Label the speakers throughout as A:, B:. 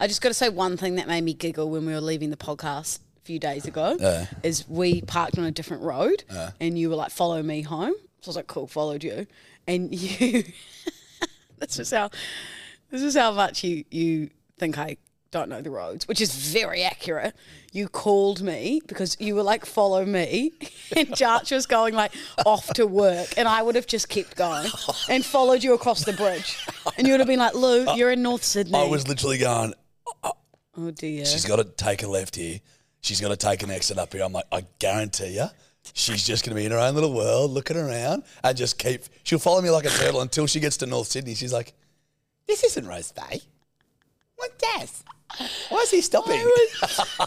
A: I just got to say one thing that made me giggle when we were leaving the podcast a few days ago is we parked on a different road and you were like, follow me home. So I was like, cool, followed you. And you, this is how, this is how much you, you think I don't know the roads, which is very accurate. You called me because you were like, follow me. And Jarch was going like off to work. And I would have just kept going and followed you across the bridge. And you would have been like, Lou, you're in North Sydney.
B: I was literally going,
A: oh dear.
B: she's got to take a left here. She's got to take an exit up here. I'm like, I guarantee you, she's just going to be in her own little world, looking around, and just keep. She'll follow me like a turtle until she gets to North Sydney. She's like, this isn't Rose Bay. What does? Why is he stopping?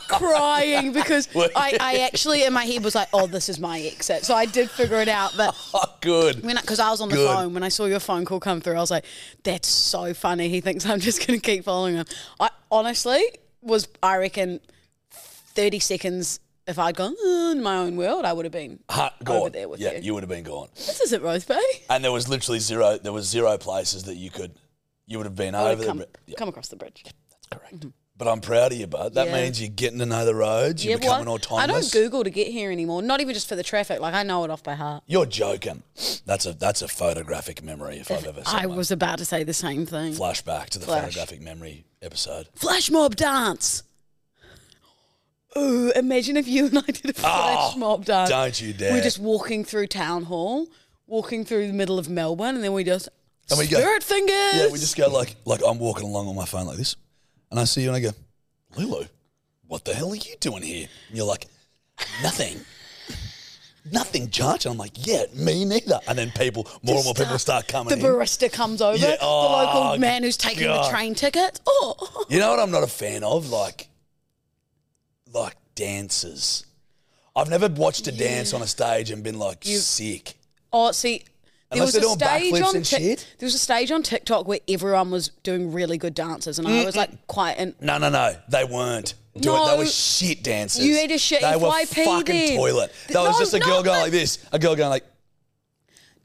A: crying because
B: Were
A: I,
B: you?
A: I actually in my head was like, oh, this is my exit. So I did figure it out. But
B: oh, good.
A: when because I, was on the
B: Good.
A: phone when I saw your phone call come through, I was like, that's so funny. He thinks I'm just going to keep following him. I honestly was, I reckon, thirty seconds. If I'd gone "Uh, in my own world, I would have been
B: Ha-
A: over
B: gone.
A: there with
B: yeah,
A: you.
B: you would have been gone.
A: This isn't Rose Bay.
B: And there was literally zero. There was zero places that you could. You would have been
A: I would have
B: over
A: Oh, come,
B: there. Yeah,
A: come across the bridge.
B: correct. But I'm proud of you, bud. That
A: Yeah.
B: means you're getting to know the roads. You're becoming
A: well, I
B: autonomous.
A: don't Google to get here anymore. Not even just for the traffic. Like I know it off by heart.
B: You're joking. That's a that's a photographic memory if, I've ever seen
A: I
B: one.
A: was about to say the same thing.
B: flashback to the
A: Flash.
B: photographic memory episode.
A: flash mob dance. Ooh, imagine if you and I did a flash
B: Oh,
A: mob dance.
B: don't you dare.
A: We're just walking through town hall, walking through the middle of Melbourne, and then we just
B: And we go-
A: spirit fingers.
B: Yeah, we just go like like I'm walking along on my phone like this, and I see you and I go, Lulu, what the hell are you doing here? And you're like, nothing. Nothing, Judge. And I'm like, yeah, me neither. And then people, more and more people start coming
A: The
B: in.
A: barista comes over,
B: Yeah,
A: the local
B: oh,
A: man who's taking
B: God.
A: the train ticket. Oh,
B: You know what I'm not a fan of? Like, like dances. I've never watched a dance on a stage and been like sick.
A: oh, see. There
B: Unless
A: was, a
B: they're doing
A: stage
B: backflips
A: on
B: and
A: Tik-
B: shit.
A: there was a stage on TikTok where everyone was doing really good dances, and
B: Mm,
A: I was like quite an
B: No, no, no. They weren't. Do
A: No.
B: it. They were shit dancers.
A: You had a shit
B: They were
A: FYP
B: fucking
A: then.
B: toilet. That
A: No,
B: was just a girl
A: not
B: going
A: the-
B: like this. A girl going like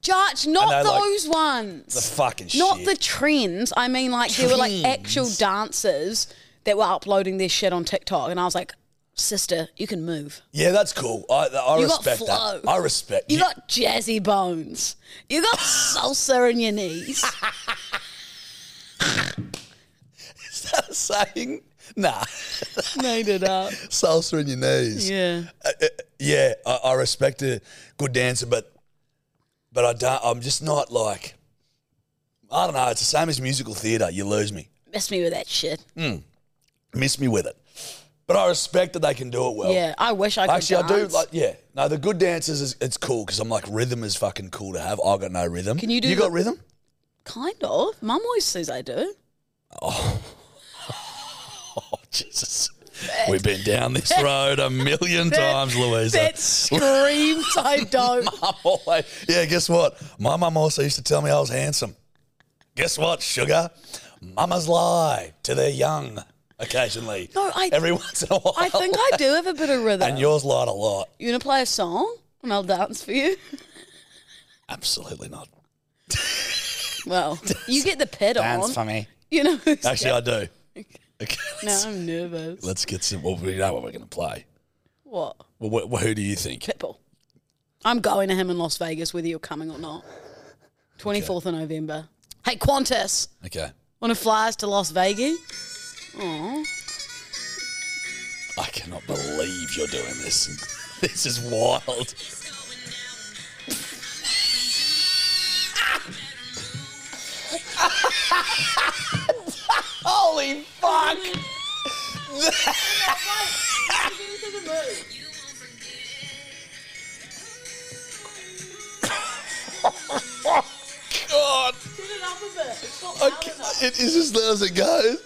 A: Judge, not
B: I know, like,
A: those ones.
B: the fucking
A: Not
B: shit.
A: the trends. I mean, like there were like actual dancers that were uploading their shit on TikTok, and I was like, sister, you can move.
B: yeah, that's cool. I, I
A: You got
B: respect
A: flow.
B: that. I respect
A: You got jazzy bones. You got salsa in your knees.
B: Is that a saying? Nah,
A: Made it up.
B: salsa in your knees.
A: Yeah.
B: Uh, uh, yeah, I, I respect a good dancer, but but I don't. I'm just not like I don't know. It's the same as musical theatre. You lose me.
A: Mess me with that shit.
B: Miss me with it. But I respect that they can do it well.
A: yeah. I wish I could.
B: Actually, I do
A: dance.
B: like yeah. No, the good dancers is it's cool because I'm like rhythm is fucking cool to have. I got no rhythm.
A: Can you do
B: You got
A: the-
B: rhythm?
A: Kind of. Mum always says I do.
B: Oh Jesus, we've been down this road a million times, Louisa.
A: That screams I don't.
B: Mum always, yeah, guess what? My mum also used to tell me I was handsome. Guess what, sugar? Mamas lie to their young occasionally.
A: No, I-
B: every once in a while.
A: I think I do have a bit of rhythm.
B: And yours lied a lot.
A: you wanna play a song and I'll dance for you?
B: Absolutely not.
A: Well, you get the pit on.
B: me.
A: You know.
B: Actually, I do. Okay,
A: no,
B: let's-
A: I'm nervous.
B: Let's get some. Well, we know what we're going to play.
A: What?
B: Well, wh- who do you think?
A: Pitbull. I'm going to him in Las Vegas, whether you're coming or not. 24th of November. Hey, Qantas.
B: Okay.
A: Want to fly us to Las Vegas?
B: I cannot believe you're doing this. This is wild. Holy fuck! Oh God! I ca- it is as loud as it goes.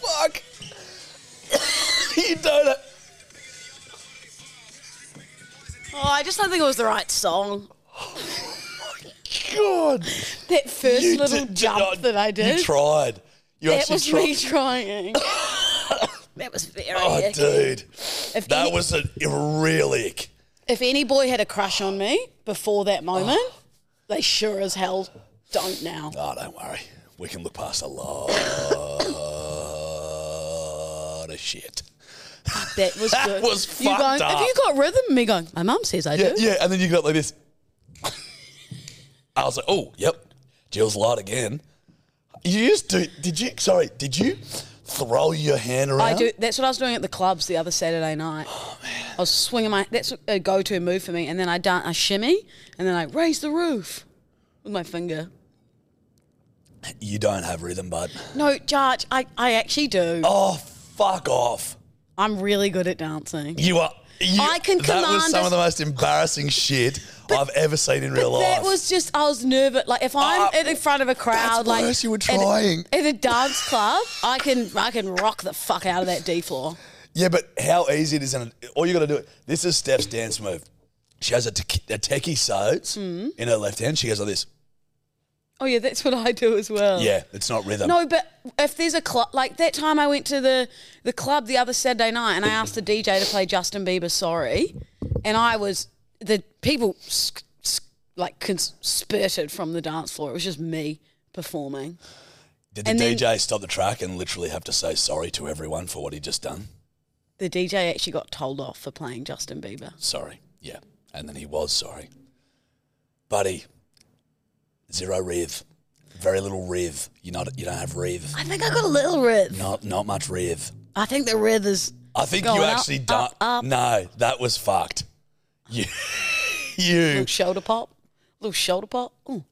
B: Fuck! you don't. know-
A: Oh, I just don't think it was the right song.
B: God!
A: That first
B: You
A: little
B: did- did
A: jump
B: not-
A: that I did.
B: You tried. You
A: that
B: actually
A: was
B: tried.
A: me trying. that was very.
B: Oh,
A: icky.
B: dude.
A: If
B: That
A: any-
B: was a real ick.
A: If any boy had a crush on me before
B: Oh.
A: that moment, they sure as hell don't now.
B: Oh, don't worry. We can look past a lot of shit.
A: That was
B: That
A: good.
B: was
A: you
B: fucked
A: going,
B: up.
A: Have you got rhythm? Me going, my mum says I
B: Yeah,
A: do.
B: yeah. And then you got like this. I was like, oh, yep. Jill's lied again. You just do. Did you? Sorry. Did you throw your hand around?
A: I do. That's what I was doing at the clubs the other Saturday night.
B: Oh,
A: I was swinging my. That's a go-to move for me. And then I dance, I shimmy, and then I raise the roof with my finger.
B: You don't have rhythm, bud.
A: No, Judge, I, I actually do.
B: Oh, fuck off.
A: I'm really good at dancing.
B: You are. You,
A: I can
B: That was
A: command
B: some
A: a-
B: of the most embarrassing shit I've ever seen in real
A: But
B: life.
A: That was just I was nervous. Like if I'm
B: Ah,
A: at in front of a crowd,
B: that's
A: like
B: worse, you were
A: at a-
B: trying.
A: at, a dance club, I can I can rock the fuck out of that D floor.
B: Yeah, but how easy it is, and all you got to do it. This is Steph's dance move. She has a, te- a techie sodes
A: Hmm.
B: in her left hand. She goes like this.
A: Oh yeah, that's what I do as well.
B: Yeah, it's not rhythm.
A: Oh. No, but if there's a club like that time I went to the the club the other Saturday night and I asked the DJ to play Justin Bieber Sorry, and I was the people sk- sk- like cons- spurted from the dance floor. It was just me performing.
B: Did the
A: and then-
B: DJ stop the track and literally have to say sorry to everyone for what he just done?
A: The DJ actually got told off for playing Justin Bieber.
B: Sorry. Yeah, and then he was sorry. Buddy, zero rev, very little rev. You not you don't have rev.
A: I think I got a little rhythm.
B: Not not much rev.
A: I think the rhythm is.
B: I think
A: Going
B: you
A: up,
B: actually done.
A: up, up.
B: No, that was fucked. You you
A: Little shoulder pop. Little shoulder pop. Ooh.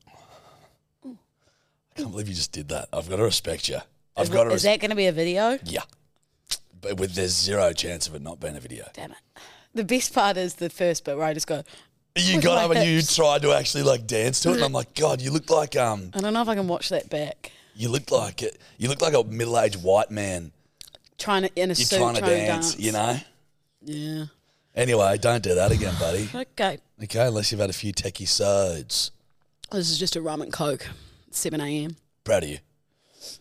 B: I can't believe you just did that. I've got to respect you. I've
A: Is-
B: got to
A: Is that
B: respect.
A: going to be a video?
B: Yeah. But with there's zero chance of it not being a video.
A: Damn it. The best part is the first bit where I just go,
B: You
A: With
B: got
A: my
B: up and you
A: hips.
B: tried to actually like dance to it, and I'm like, God, you look like um,
A: I don't know if I can watch that back.
B: you look like it. You look like a middle aged white man.
A: Trying to, in a
B: You're
A: suit,
B: trying to dance, you know.
A: Yeah.
B: Anyway, don't do that again, buddy.
A: Okay.
B: Okay, unless you've had a few techie sods.
A: This is just a rum and coke. 7 a.m.
B: Proud of you.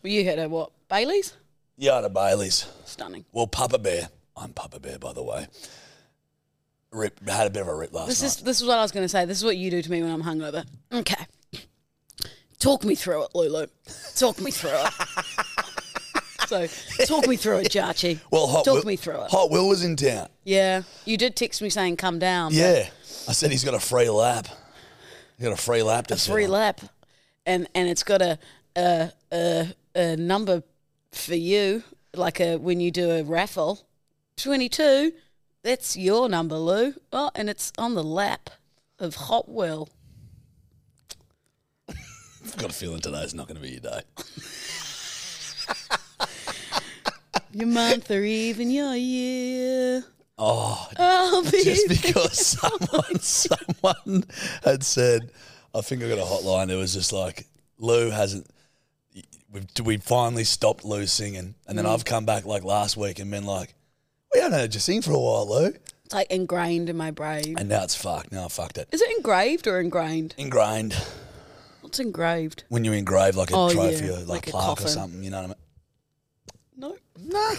A: Well, you had a what? Bailey's?
B: Yada Bailey's.
A: Stunning.
B: Well, Papa Bear. I'm Papa Bear, by the way. Rip had a bit of a rip last
A: This
B: night.
A: is this is what I was going to say. This is what you do to me when I'm hungover. Okay. Talk me through it, Lulu. Talk me through it. so, talk me through it, Jarchi.
B: well, Hot
A: talk
B: Will-
A: me through it.
B: Hot Will was in town.
A: Yeah, you did text me saying come down. but
B: Yeah. I said he's got a free lap. He's got a free lap to
A: a
B: sit
A: free
B: on.
A: lap, and and it's got a a a, a number for you, like a when you do a raffle, twenty two. That's your number, Lou. Oh, and it's on the lap of Hot Will.
B: I've got a feeling today's not going to be your day.
A: Your month or even your year.
B: Oh,
A: I'll be
B: just because someone, someone had said, I think I got a hotline. It was just like, Lou hasn't, we've, we finally stopped Lou singing. And
A: Mm.
B: then I've come back like last week and been like, we haven't heard you sing for a while, Lou.
A: It's like ingrained in my brain.
B: And now it's fucked. Now I fucked it.
A: Is it engraved or ingrained?
B: Ingrained.
A: What's engraved?
B: When you engrave like a
A: Oh,
B: trophy
A: yeah,
B: or like,
A: like a
B: plaque or
A: coffin.
B: something, you know what I mean?
A: No.
B: No.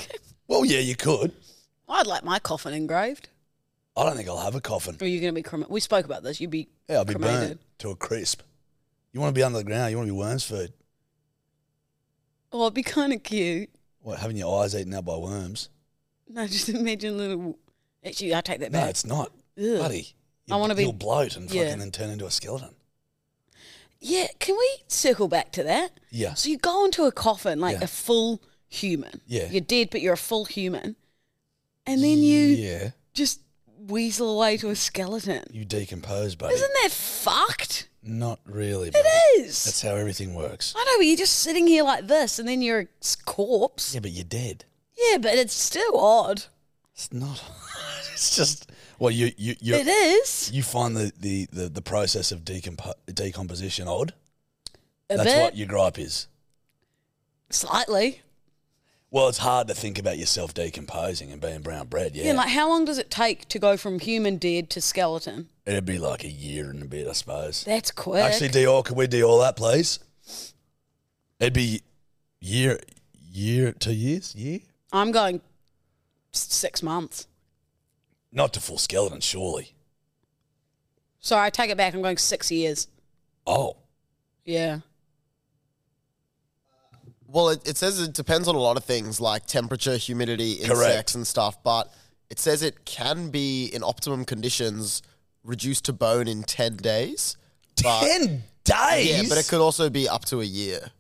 B: Well, yeah, you could.
A: I'd like my coffin engraved.
B: I don't think I'll have a coffin.
A: Or you going to be cremated? We spoke about this. You'd be
B: Yeah, I'll be
A: cremated.
B: burnt to a crisp. You want to be under the ground. You want to be worms food.
A: Oh, it'd be kind of cute.
B: What, having your eyes eaten out by worms?
A: No, just imagine little. Actually, I take that
B: No,
A: back.
B: it's not,
A: Ugh.
B: buddy.
A: I wanna be-
B: You'll bloat and
A: yeah.
B: fucking then turn into a skeleton.
A: Yeah, can we circle back to that?
B: Yeah.
A: So you go into a coffin, like
B: Yeah.
A: a full human.
B: Yeah.
A: You're dead, but you're a full human. And then you
B: Yeah.
A: just weasel away to a skeleton.
B: You decompose, buddy.
A: Isn't that fucked?
B: Not really, buddy.
A: It is.
B: That's how everything works.
A: I know, but you're just sitting here like this, and then you're a s- corpse.
B: Yeah, but you're dead.
A: Yeah, but it's still odd.
B: It's not. it's just. Well, you you you
A: It is
B: you find the the the, the process of decompo- decomposition odd.
A: a
B: That's
A: bit,
B: what your gripe is.
A: slightly.
B: Well, it's hard to think about yourself decomposing and being brown bread. Yeah,
A: Yeah. like how long does it take to go from human dead to skeleton?
B: it'd be like a year and a bit, I suppose.
A: That's quick.
B: Actually, Dior, can we do all that, please? It'd be year, year, two years, year.
A: I'm going s- six months.
B: Not to full skeleton, surely.
A: Sorry, I take it back. I'm going six years.
B: Oh,
A: Yeah.
C: Well, it, it says it depends on a lot of things like temperature, humidity, insects,
B: Correct.
C: and stuff. But it says it can be in optimum conditions reduced to bone in ten days. But,
B: ten
C: Yeah,
B: days.
C: but it could also be up to a year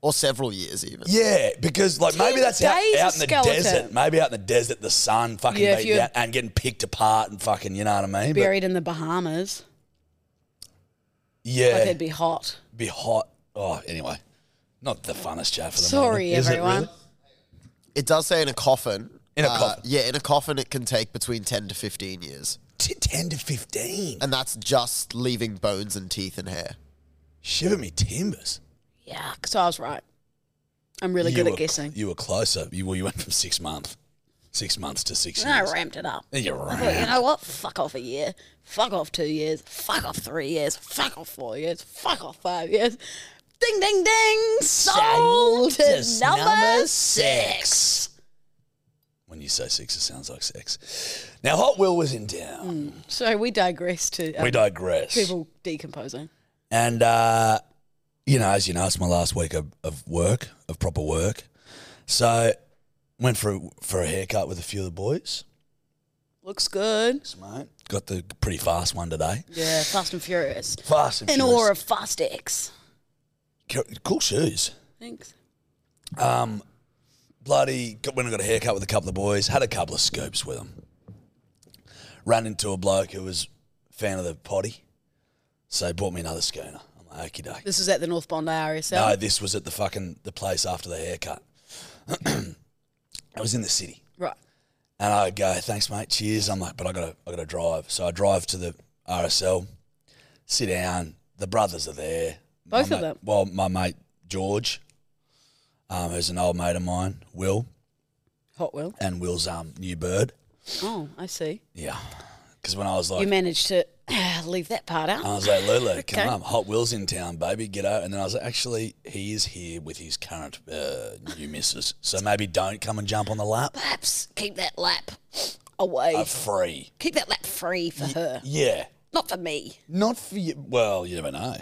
C: or several years even.
B: Yeah, because like maybe
A: Ten
B: that's out,
A: days
B: out
A: a
B: in the
A: skeleton.
B: desert. Maybe out in the desert, the sun fucking
A: Yeah, if
B: beating
A: you're-
B: down and getting picked apart and fucking. You know what I mean? But
A: Buried in the Bahamas.
B: yeah,
A: Like it'd be hot.
B: be hot. Oh, anyway, not the funnest chat for the
A: Sorry,
B: moment, is it
A: everyone.
B: really?
C: It does say in a coffin. Uh,
B: In a coffin.
C: Yeah, in a coffin it can take between 10 to 15 years.
B: T- Ten to fifteen.
C: And that's just leaving bones and teeth and hair.
B: Shiver me timbers.
A: Yeah. So I was right. I'm really
B: You
A: good
B: were-
A: at guessing.
B: You were closer. You well, you went from six months, six months to six
A: And I
B: years.
A: ramped it up.
B: Then you
A: I thought, you
B: ran.
A: know what? Fuck off a year. Fuck off two years. Fuck off three years. Fuck off four years. Fuck off five years. Ding, ding, ding. Sold to number, six.
B: When you say six, it sounds like sex. Now, Hot Wheel was in town.
A: So we digress to um,
B: We digress.
A: Mm. people decomposing.
B: And, uh, you know, as you know, it's my last week of, of work, of proper work. So, went for a, for a haircut with a few of the boys.
A: Looks good.
B: Smart. Got the pretty fast one today.
A: Yeah, Fast and Furious.
B: Fast and
A: In
B: furious.
A: awe of Fast X.
B: Co- Cool shoes.
A: Thanks.
B: Um, bloody got, when I got a haircut with a couple of boys, had a couple of scoops with them. Ran into a bloke who was a fan of the potty, so he bought me another schooner. I'm like, okie doke.
A: This is at the North Bondi RSL.
B: No, this was at the fucking the place after the haircut. I was in the city,
A: right.
B: and I go, thanks, mate, cheers. I'm like, but I gotta, I gotta drive. So I drive to the RSL, sit down. The brothers are there. My
A: Both of
B: mate-
A: them?
B: Well, my mate George, um, who's an old mate of mine, Will,
A: Hot Wheel.
B: and Will's um, new bird.
A: Oh, I see.
B: Yeah. Because when I was like, Um,
A: you managed to uh, leave that part out.
B: I was like, Lulu, come
A: Okay.
B: on, Hot Will's in town, baby, get out. And then I was like, actually, he is here with his current uh, new missus. So maybe don't come and jump on the lap.
A: Perhaps keep that lap away.
B: Uh, free.
A: keep that lap free for her,
B: Yeah.
A: not for me.
B: Not for you. Well, you never know.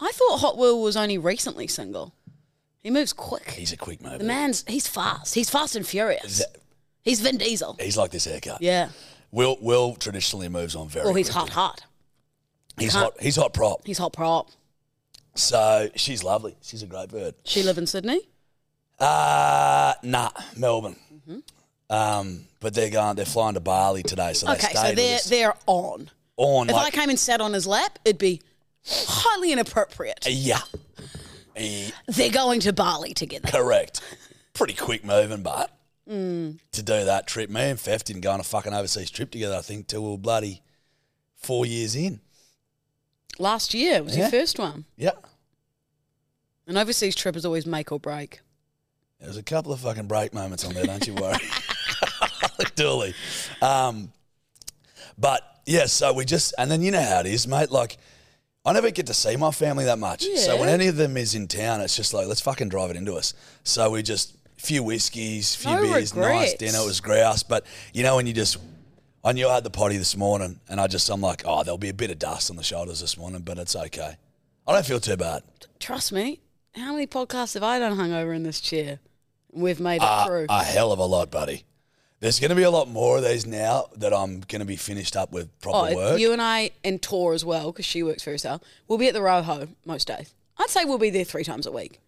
A: I thought Hot Will was only recently single. He moves quick.
B: He's a quick mover.
A: The man's he's fast. He's fast and furious.
B: Th-
A: He's Vin Diesel.
B: He's like this haircut.
A: Yeah.
B: Will Will traditionally moves on very
A: Well, he's hot,
B: quickly.
A: hot.
B: He's
A: Can't-
B: hot. He's hot prop.
A: He's hot prop.
B: So she's lovely. She's a great bird.
A: She live in Sydney.
B: Uh nah, Melbourne.
A: Mm-hmm.
B: Um, but they're going. They're flying to Bali today, so they
A: okay,
B: stayed
A: so
B: with
A: they're
B: us
A: they're on.
B: on.
A: If I
B: Like,
A: came and sat on his lap, it'd be highly inappropriate.
B: yeah, Eh,
A: They're going to Bali together.
B: correct. Pretty quick moving, but
A: Mm.
B: to do that trip, me and Feff didn't go on a fucking overseas trip together. I think till we were bloody four years in.
A: Last year was
B: Yeah.
A: your first one.
B: Yeah,
A: An overseas trip is always make or break.
B: there was a couple of fucking break moments on there. Don't you worry, Dooley. Um, but yeah, so we just and then you know how it is, mate. Like I never get to see my family that much. So
A: Yeah.
B: when any of them is in town, it's just like let's fucking drive it into us. So we just few whiskeys, few
A: No
B: beers, nice
A: regrets.
B: dinner. It was grouse, but you know when you just. I knew I had the potty this morning, and I just I'm like, oh, there'll be a bit of dust on the shoulders this morning, but it's okay. I don't feel too bad.
A: Trust me, how many podcasts have I done hungover in this chair? We've made it
B: Uh,
A: through.
B: a hell of a lot, buddy. There's going to be a lot more of these now that I'm going to be finished up with proper
A: Oh,
B: work.
A: you and I and Tor as well, because she works for herself. We'll be at the Roho most days. I'd say we'll be there three times a week.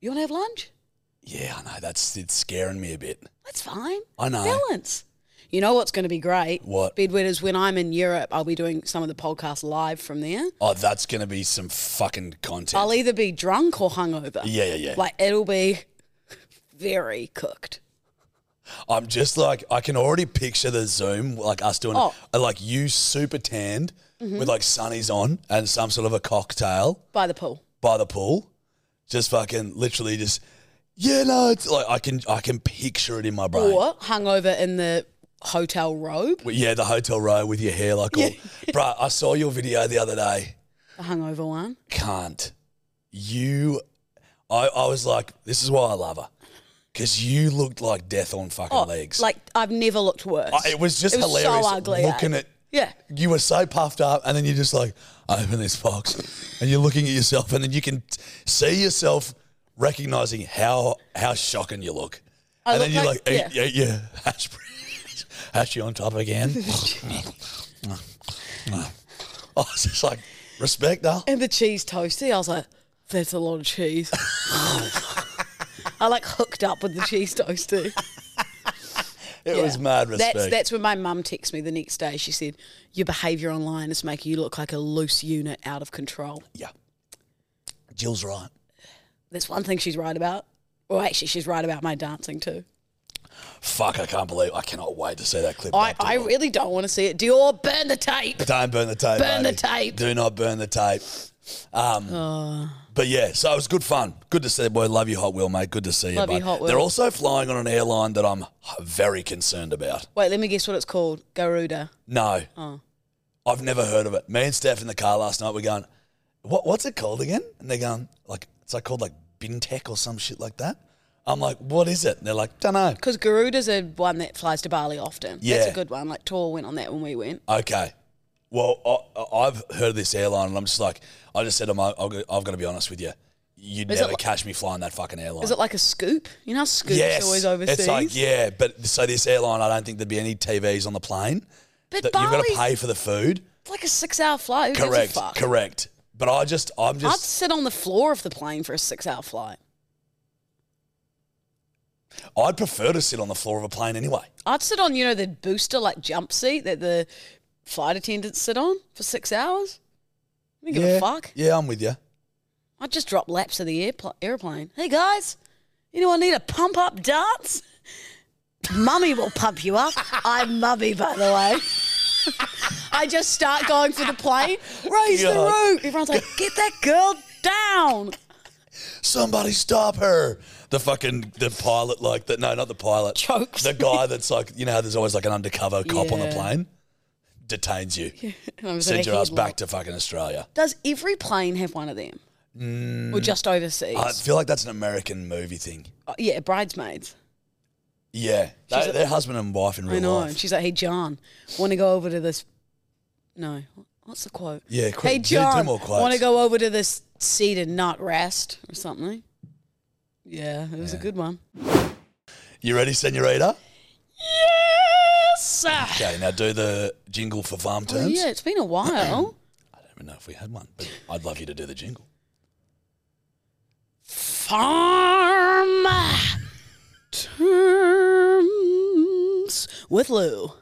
A: You want to have lunch?
B: yeah, I know. That's it's scaring me a bit.
A: That's fine.
B: I know.
A: Balance. You know what's going to be great?
B: What?
A: Bedwetters, when I'm in Europe, I'll be doing some of the podcasts live from there.
B: Oh, that's going to be some fucking content.
A: I'll either be drunk or hungover.
B: Yeah, yeah, yeah.
A: Like, it'll be very cooked.
B: I'm just like I can already picture the Zoom, like us doing,
A: Oh. Mm-hmm.
B: uh, like you super tanned with like sunnies on and some sort of a cocktail
A: By the pool.
B: by the pool, just fucking literally just yeah no, it's like I can I can picture it in my brain.
A: Or hungover in the hotel robe.
B: Well, Yeah, the hotel row with your hair like all. Bruh, I saw your video the other day.
A: The hungover one.
B: Can't. You, I, I was like, this is why I love her. Because you looked like death on fucking legs.
A: Like, I've never looked worse.
B: I- Oh, it was just
A: It was
B: hilarious
A: so ugly. eh?
B: looking at,
A: Yeah.
B: you were so puffed up and then you're just like, open this box. and you're looking at yourself and then you can t- see yourself recognizing how how shocking you look.
A: I
B: and
A: look
B: then you're
A: like-
B: like, eh, yeah, yeah, hash, hash you on top again. I was Oh, just like, respect her.
A: And the cheese toasty, I was like, that's a lot of cheese. I like hooked up with the cheese toasty.
B: It
A: Yeah.
B: was mad respect.
A: That's that's when my mum texted me the next day. She said, Your behaviour online is making you look like a loose unit out of control.
B: yeah. Jill's right.
A: That's one thing she's right about. Well, actually, she's right about my dancing too.
B: Fuck, I can't believe I cannot wait to see that clip.
A: I,
B: back to
A: I
B: life.
A: really don't want to see it. Dior, burn the tape.
B: Don't burn the tape.
A: Burn the
B: baby.
A: tape. Oh.
B: Do not burn the tape. Um, But yeah, so it was good fun. Good to see you, boy. Love you, Hot Wheel, mate. Good to see you.
A: Love you,
B: bud.
A: Hot Wheel.
B: They're also flying on an airline that I'm very concerned about.
A: Wait, let me guess what it's called. Garuda.
B: No.
A: Oh.
B: I've never heard of it. Me and Steph in the car last night, we're going, what, what's it called again? And they're going, like, it's like called like Bintech or some shit like that. I'm like, what is it? And they're like, don't know.
A: Because Garuda's a one that flies to Bali often. That's
B: Yeah.
A: a good one. Like Tor went on that when we went.
B: Okay. Well, I- I, I've heard of this airline, and I'm just like, I just said, I'm, I've got to be honest with you. You'd
A: Is it
B: never
A: li-
B: catch me flying that fucking airline.
A: Is it like a scoop? You know how scoops
B: yes.
A: always overseas?
B: It's like, yeah, but so this airline, I don't think there'd be any TVs on the plane.
A: But
B: That-
A: Bali's
B: you've got to pay for the food.
A: it's like a six hour flight. Who
B: Correct.
A: Gives a fuck?
B: Correct. But I just, I'm
A: I'd
B: just,
A: sit on the floor of the plane for a six hour flight.
B: I'd prefer to sit on the floor of a plane anyway.
A: I'd sit on, you know, the booster like jump seat that the flight attendants sit on for six hours. I don't give a fuck.
B: Yeah, I'm with you.
A: I'd just drop laps of the airpl- airplane. Hey guys, anyone need a pump up dance? Mummy will pump you up. I'm mummy, by the way. I just start going for the plane. Raise the
B: God.
A: roof. Everyone's like, get that girl down.
B: Somebody stop her. The fucking the pilot, like the no, not the pilot.
A: Chokes.
B: The guy that's like, you know how there's always like an undercover cop on the
A: Yeah.
B: plane? Detains you.
A: And I was in
B: Send
A: a
B: your ass
A: headlock.
B: back to fucking Australia.
A: Does every plane have one of them? Or just overseas?
B: Mm. I feel like that's an American movie thing.
A: Uh, yeah, bridesmaids.
B: Yeah. They,
A: She's a-
B: they're husband and wife in real
A: I know.
B: life.
A: And she's like, hey, John, want to go over to this. No, what's the quote?
B: Yeah, quick,
A: hey,
B: do- do
A: John,
B: more quotes.
A: want to go over to this seat and not rest or something? Yeah, it was a good one.
B: you ready, senorita?
A: Yes! sir.
B: Okay, now do the jingle for farm
A: Oh,
B: terms.
A: yeah, it's been a while.
B: I don't even know if we had one, but I'd love you to do the jingle.
A: Farm terms with Lou.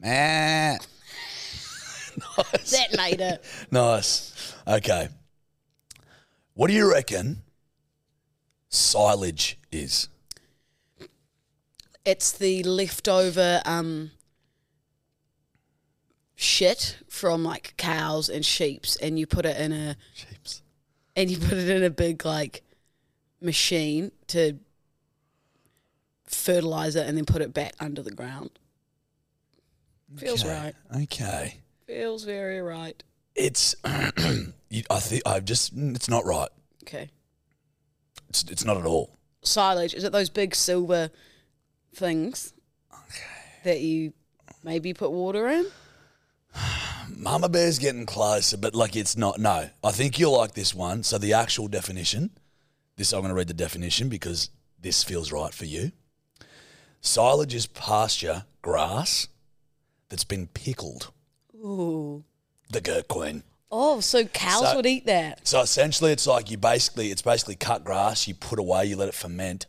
A: That made it.
B: Nice. Okay. What do you reckon silage is?
A: It's the leftover um, shit from like cows and sheep's, and you put it in a
B: Sheeps.
A: and you put it in a big like machine to fertilize it, and then put it back under the ground. Feels right.
B: Okay.
A: Feels very right.
B: It's. you- I think I've just. It's not right.
A: Okay.
B: It's, it's not at all.
A: Silage is it those big silver things that you maybe put water in?
B: Mama Bear's getting closer, but like it's not. No, I think you'll like this one. So the actual definition. This I'm going to read the definition because this feels right for you. Silage is pasture grass that's been pickled.
A: Ooh.
B: The Gurt Queen.
A: Oh, so cows
B: So-
A: would eat that.
B: So essentially, it's like you basically it's basically cut grass. You put away. You let it ferment.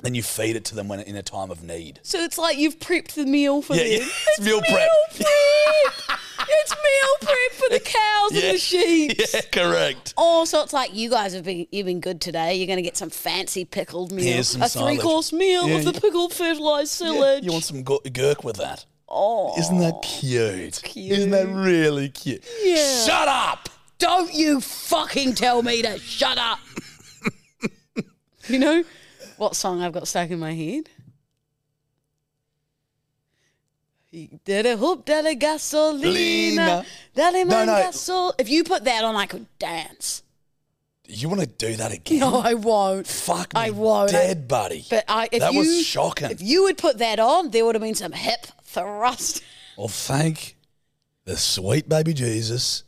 B: Then you feed it to them when in a time of need.
A: So it's like you've prepped the meal for
B: Yeah,
A: them.
B: yeah. It's meal prep.
A: prep. it's meal prep for the cows
B: Yeah.
A: and the sheep.
B: Yeah, correct.
A: Oh, so it's like you guys have been you've been good today. You're going to get some fancy pickled meal,
B: Here's some
A: a
B: silage.
A: three course meal
B: Yeah,
A: of the
B: yeah.
A: pickled fertilized
B: Yeah,
A: silage.
B: you want some gur- gurk with that?
A: oh,
B: Isn't that cute?
A: cute.
B: Isn't that really cute?
A: Yeah.
B: Shut up.
A: don't you fucking tell me to shut up. you know what song I've got stuck in my head? Did a hoop, did a gasolina,
B: Lina.
A: did a
B: No, no.
A: gasol. If you put that on, I could dance.
B: You want to do that again?
A: No, I won't.
B: Fuck me
A: I won't.
B: dead, buddy.
A: But I, if
B: that
A: you,
B: was shocking.
A: If you had put that on, there would have been some hip thrust.
B: Well, thank the sweet baby Jesus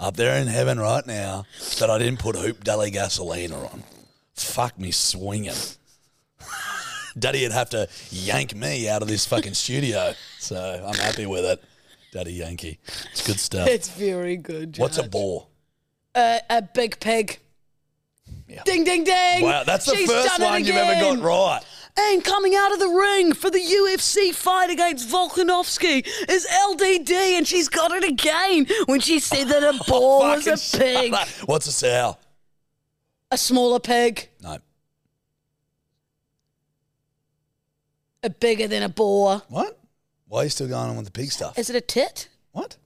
B: up there in heaven right now that I didn't put Hoop Dally Gasolina on. Fuck me swinging. Daddy'd have to yank me out of this fucking studio. So I'm happy with it. Daddy Yankee. It's good stuff.
A: It's very good.
B: What's a
A: Judge.
B: boar?
A: Uh, a big pig.
B: Yeah.
A: Ding, ding, ding.
B: Wow, that's the
A: She's
B: first
A: done it
B: one you've ever
A: again.
B: got right.
A: And coming out of the ring for the UFC fight against Volkanovski is LDD, and she's got it again when she said that a ball was
B: Oh, Fucking
A: a
B: shut
A: pig.
B: up. What's a sow?
A: A smaller pig,
B: No.
A: a bigger than a boar.
B: What? Why are you still going on with the pig stuff?
A: Is it a tit?
B: what?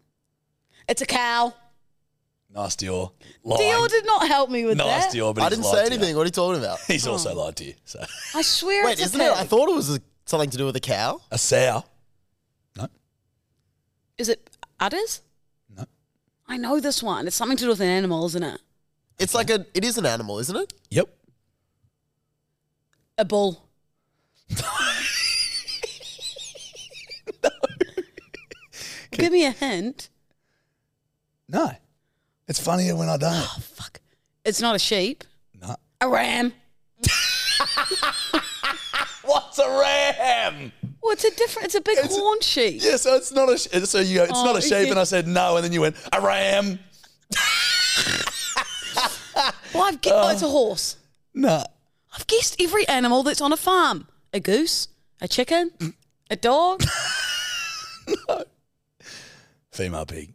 A: It's a cow.
B: Nice Dior. Lying.
A: Dior did not help me with
B: nice
A: that. Oh.
B: Dior, but
C: I
B: he's
C: didn't
B: lied
C: say
B: to you.
C: anything. What are you talking about?
B: He's also lied to you. So
A: I swear
C: Wait,
A: it's a
C: isn't
A: pig.
C: it? I thought it was uh, something to do with a cow.
B: a sow. No,
A: Is it udders?
B: no.
A: I know this one. It's something to do with an animal, isn't it?
C: It's like a. It is an animal, isn't it?
B: Yep.
A: A bull. Give me a hint.
B: No. It's funnier when I don't.
A: Oh, fuck. It's not a sheep.
B: no.
A: A ram.
B: What's a ram?
A: Well, it's a different. It's a big
B: It's-
A: horn sheep.
B: Yeah, so it's not a sh- so you go, it's
A: Oh,
B: not a shape,
A: yeah.
B: and I said no, and then you went a ram.
A: Well, I've guessed. oh, it's a horse.
B: No.
A: I've guessed every animal that's on a farm. A goose. A chicken. A dog.
B: Female pig.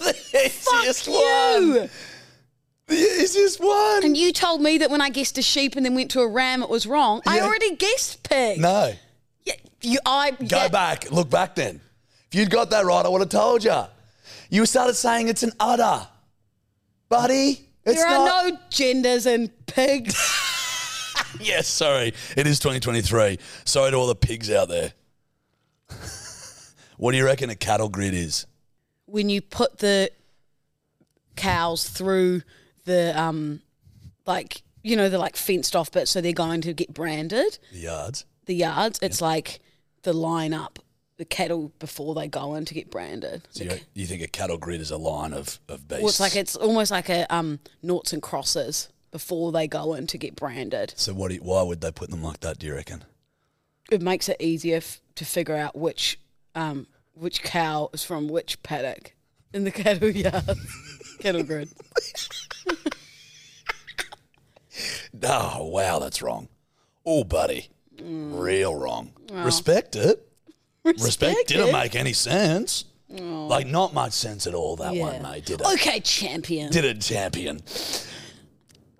B: the easiest one.
A: you.
B: The easiest one.
A: And you told me that when I guessed a sheep and then went to a ram, it was wrong. I
B: Yeah.
A: already guessed pig.
B: no.
A: Yeah, you, I
B: Go
A: yeah.
B: back. Look back then. If you'd got that right, I would have told you. You started saying it's an udder. Buddy, it's
A: There are
B: not.
A: no genders in pigs.
B: Yes, sorry. It is 2023. Sorry to all the pigs out there. what do you reckon a cattle grid is?
A: when you put the cows through the um, like you know the like fenced off bit, so they're going to get branded.
B: The yards.
A: The yards, it's like the line up the cattle before they go in to get branded.
B: So you, you think a cattle grid is a line of, of beasts?
A: Well, it's like it's almost like a um, noughts and crosses before they go in to get branded.
B: so what? Do you, why would they put them like that? Do you reckon?
A: It makes it easier f- to figure out which um, which cow is from which paddock in the cattle yard, cattle grid.
B: Oh wow, that's wrong. Oh, buddy,
A: Mm.
B: real wrong. Respect it. Respect, didn't
A: it. Oh.
B: make any sense. Like not much sense at all. That one,
A: Yeah.
B: mate. Did it?
A: Okay, champion.
B: did it, champion.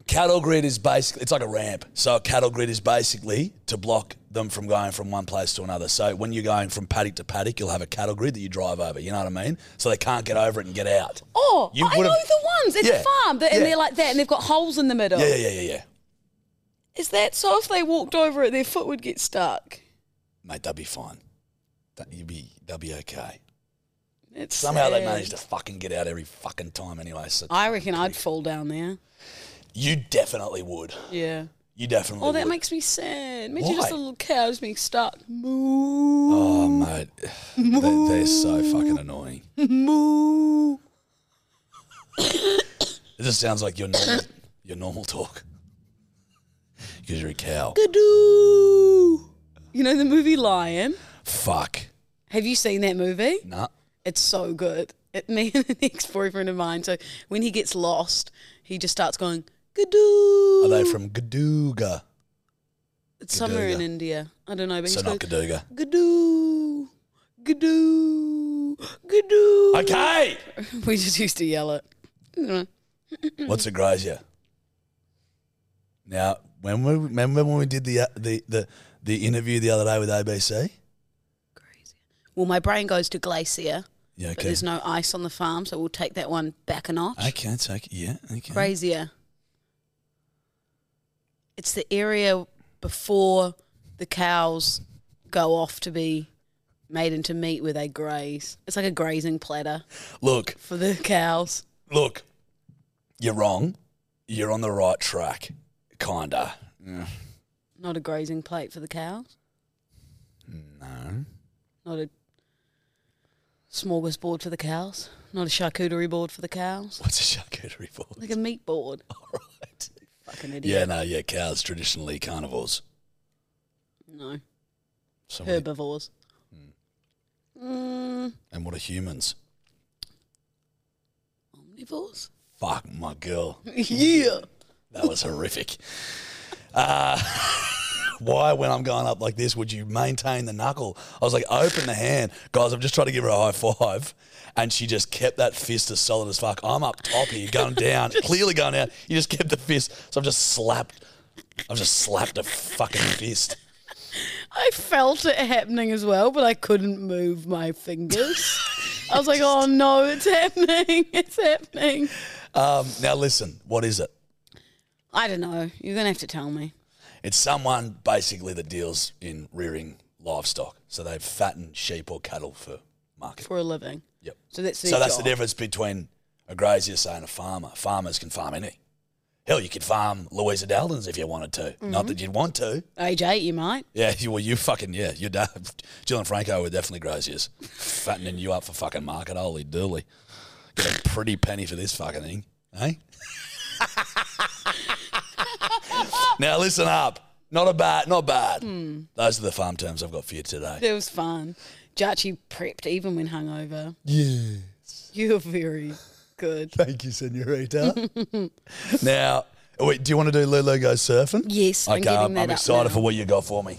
B: Cattle grid is basically it's like a ramp. So a cattle grid is basically to block them from going from one place to another. So when you're going from paddock to paddock, you'll have a cattle grid that you drive over. You know what I mean? So they can't get over it and get out.
A: Oh,
B: You
A: I know
B: would've-
A: the ones. It's
B: Yeah.
A: a farm, that, and
B: Yeah.
A: they're like that, and they've got holes in the middle.
B: Yeah, yeah, yeah, yeah, yeah.
A: Is that so? If they walked over it, their foot would get stuck.
B: Mate, that'd be fine. That you'd be that'd be okay.
A: It's
B: Somehow they
A: sad.
B: manage to fucking get out every fucking time anyway. So
A: I reckon I'd fall down there.
B: you definitely would.
A: Yeah.
B: You definitely
A: Oh, that
B: would.
A: makes me sad. Imagine just
B: Why?
A: a little cow just being stuck. Moo.
B: Oh mate. They, they're so fucking annoying.
A: Moo.
B: It just sounds like your normal, your normal talk. because you're a cow.
A: Gadoo. You know the movie Lion?
B: Fuck.
A: Have you seen that movie?
B: Nah.
A: It's so good. It, me and an ex boyfriend of mine. So when he gets lost, he just starts going, Gadoo.
B: Are they from Gaduga?
A: It's somewhere in
B: Gadooga?
A: India. I don't know, but
B: So
A: he's
B: not
A: going,
B: Gaduga.
A: Gadoo. Gadoo. Gadoo.
B: Okay.
A: We just used to yell it. You know.
B: What's a grazier? Now, when we, remember when we did the, uh, the the the interview the other day with ABC?
A: Well, my brain goes to glacier,
B: Yeah,
A: but
B: okay.
A: there's no ice on the farm, so we'll take that one back a notch.
B: okay, take yeah, okay.
A: Grazier. It's the area before the cows go off to be made into meat where they graze. It's like a grazing platter
B: Look,
A: for the cows.
B: look, you're wrong. You're on the right track, kinda.
A: Not a grazing plate for the cows.
B: No.
A: Not a smorgasbord for the cows. Not a charcuterie board for the cows.
B: What's a charcuterie board?
A: Like a meat board.
B: All right.
A: Fucking
B: Yeah,
A: idiot.
B: no, yeah. Cows traditionally carnivores.
A: No.
B: So we-
A: Herbivores.
B: Hmm.
A: Mm.
B: and what are humans?
A: Omnivores?
B: Fuck my girl.
A: yeah.
B: That was horrific. Uh, why, when I'm going up like this, would you maintain the knuckle? I was like, open the hand. Guys, I'm just trying to give her a high five. And she just kept that fist as solid as fuck. I'm up top here, going down, clearly going down. You just kept the fist. So I've just slapped, I've just slapped a fucking fist.
A: I felt it happening as well, but I couldn't move my fingers. I was like, oh no, it's happening. It's happening.
B: Um, now, listen, what is it?
A: I don't know. You're going to have to tell me.
B: It's someone basically that deals in rearing livestock. So they fatten sheep or cattle for market.
A: For a living.
B: Yep.
A: So that's their
B: so that's the
A: job.
B: difference between a grazier, say, and a farmer. Farmers can farm any. Hell, you could farm Louisa Dowdens if you wanted to.
A: Mm-hmm.
B: Not that you'd want to.
A: Age eight, you might.
B: Yeah, you, well, you fucking, yeah, your dad, Jill and Franco were definitely graziers. Fattening you up for fucking market. Holy dooly. Get a pretty penny for this fucking thing, eh? now, listen up. Not a bad, not bad.
A: Hmm.
B: Those are the farm terms I've got for you today.
A: It was fun. Jachi prepped even when hungover. Yes. You're very good.
B: Thank you, Senorita. now, wait, do you want to do Lulu Go Surfing?
A: Yes, I'm
B: Okay,
A: getting
B: I'm,
A: that
B: I'm
A: up
B: excited
A: now.
B: for what you got for me.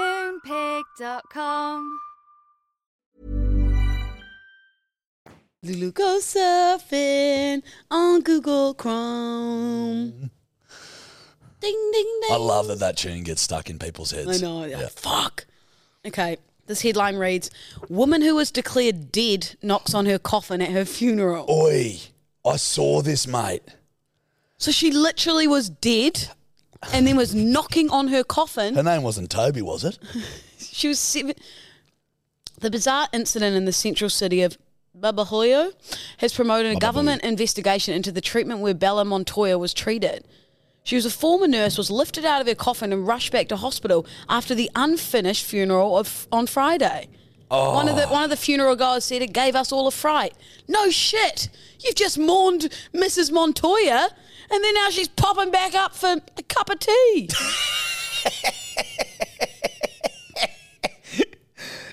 D: Moonpig.com.
A: Lulu go surfing on Google Chrome. Ding ding ding.
B: I love that that tune gets stuck in people's
A: I
B: heads.
A: know. yeah, Fuck. Okay. This headline reads: Woman who was declared dead knocks on her coffin at her funeral.
B: Oi, I saw this, mate.
A: So she literally was dead, and then was knocking on her coffin.
B: Her name wasn't Toby, was it?
A: She was seven. The bizarre incident in the central city of Babahoyo has promoted a government investigation into the treatment where Bella Montoya was treated. She was a former nurse, was lifted out of her coffin and rushed back to hospital after the unfinished funeral of, on Friday. One of the one of the funeral guys said it gave us all a fright. No shit, you've just mourned Mrs. Montoya, and then now she's popping back up for a cup of tea.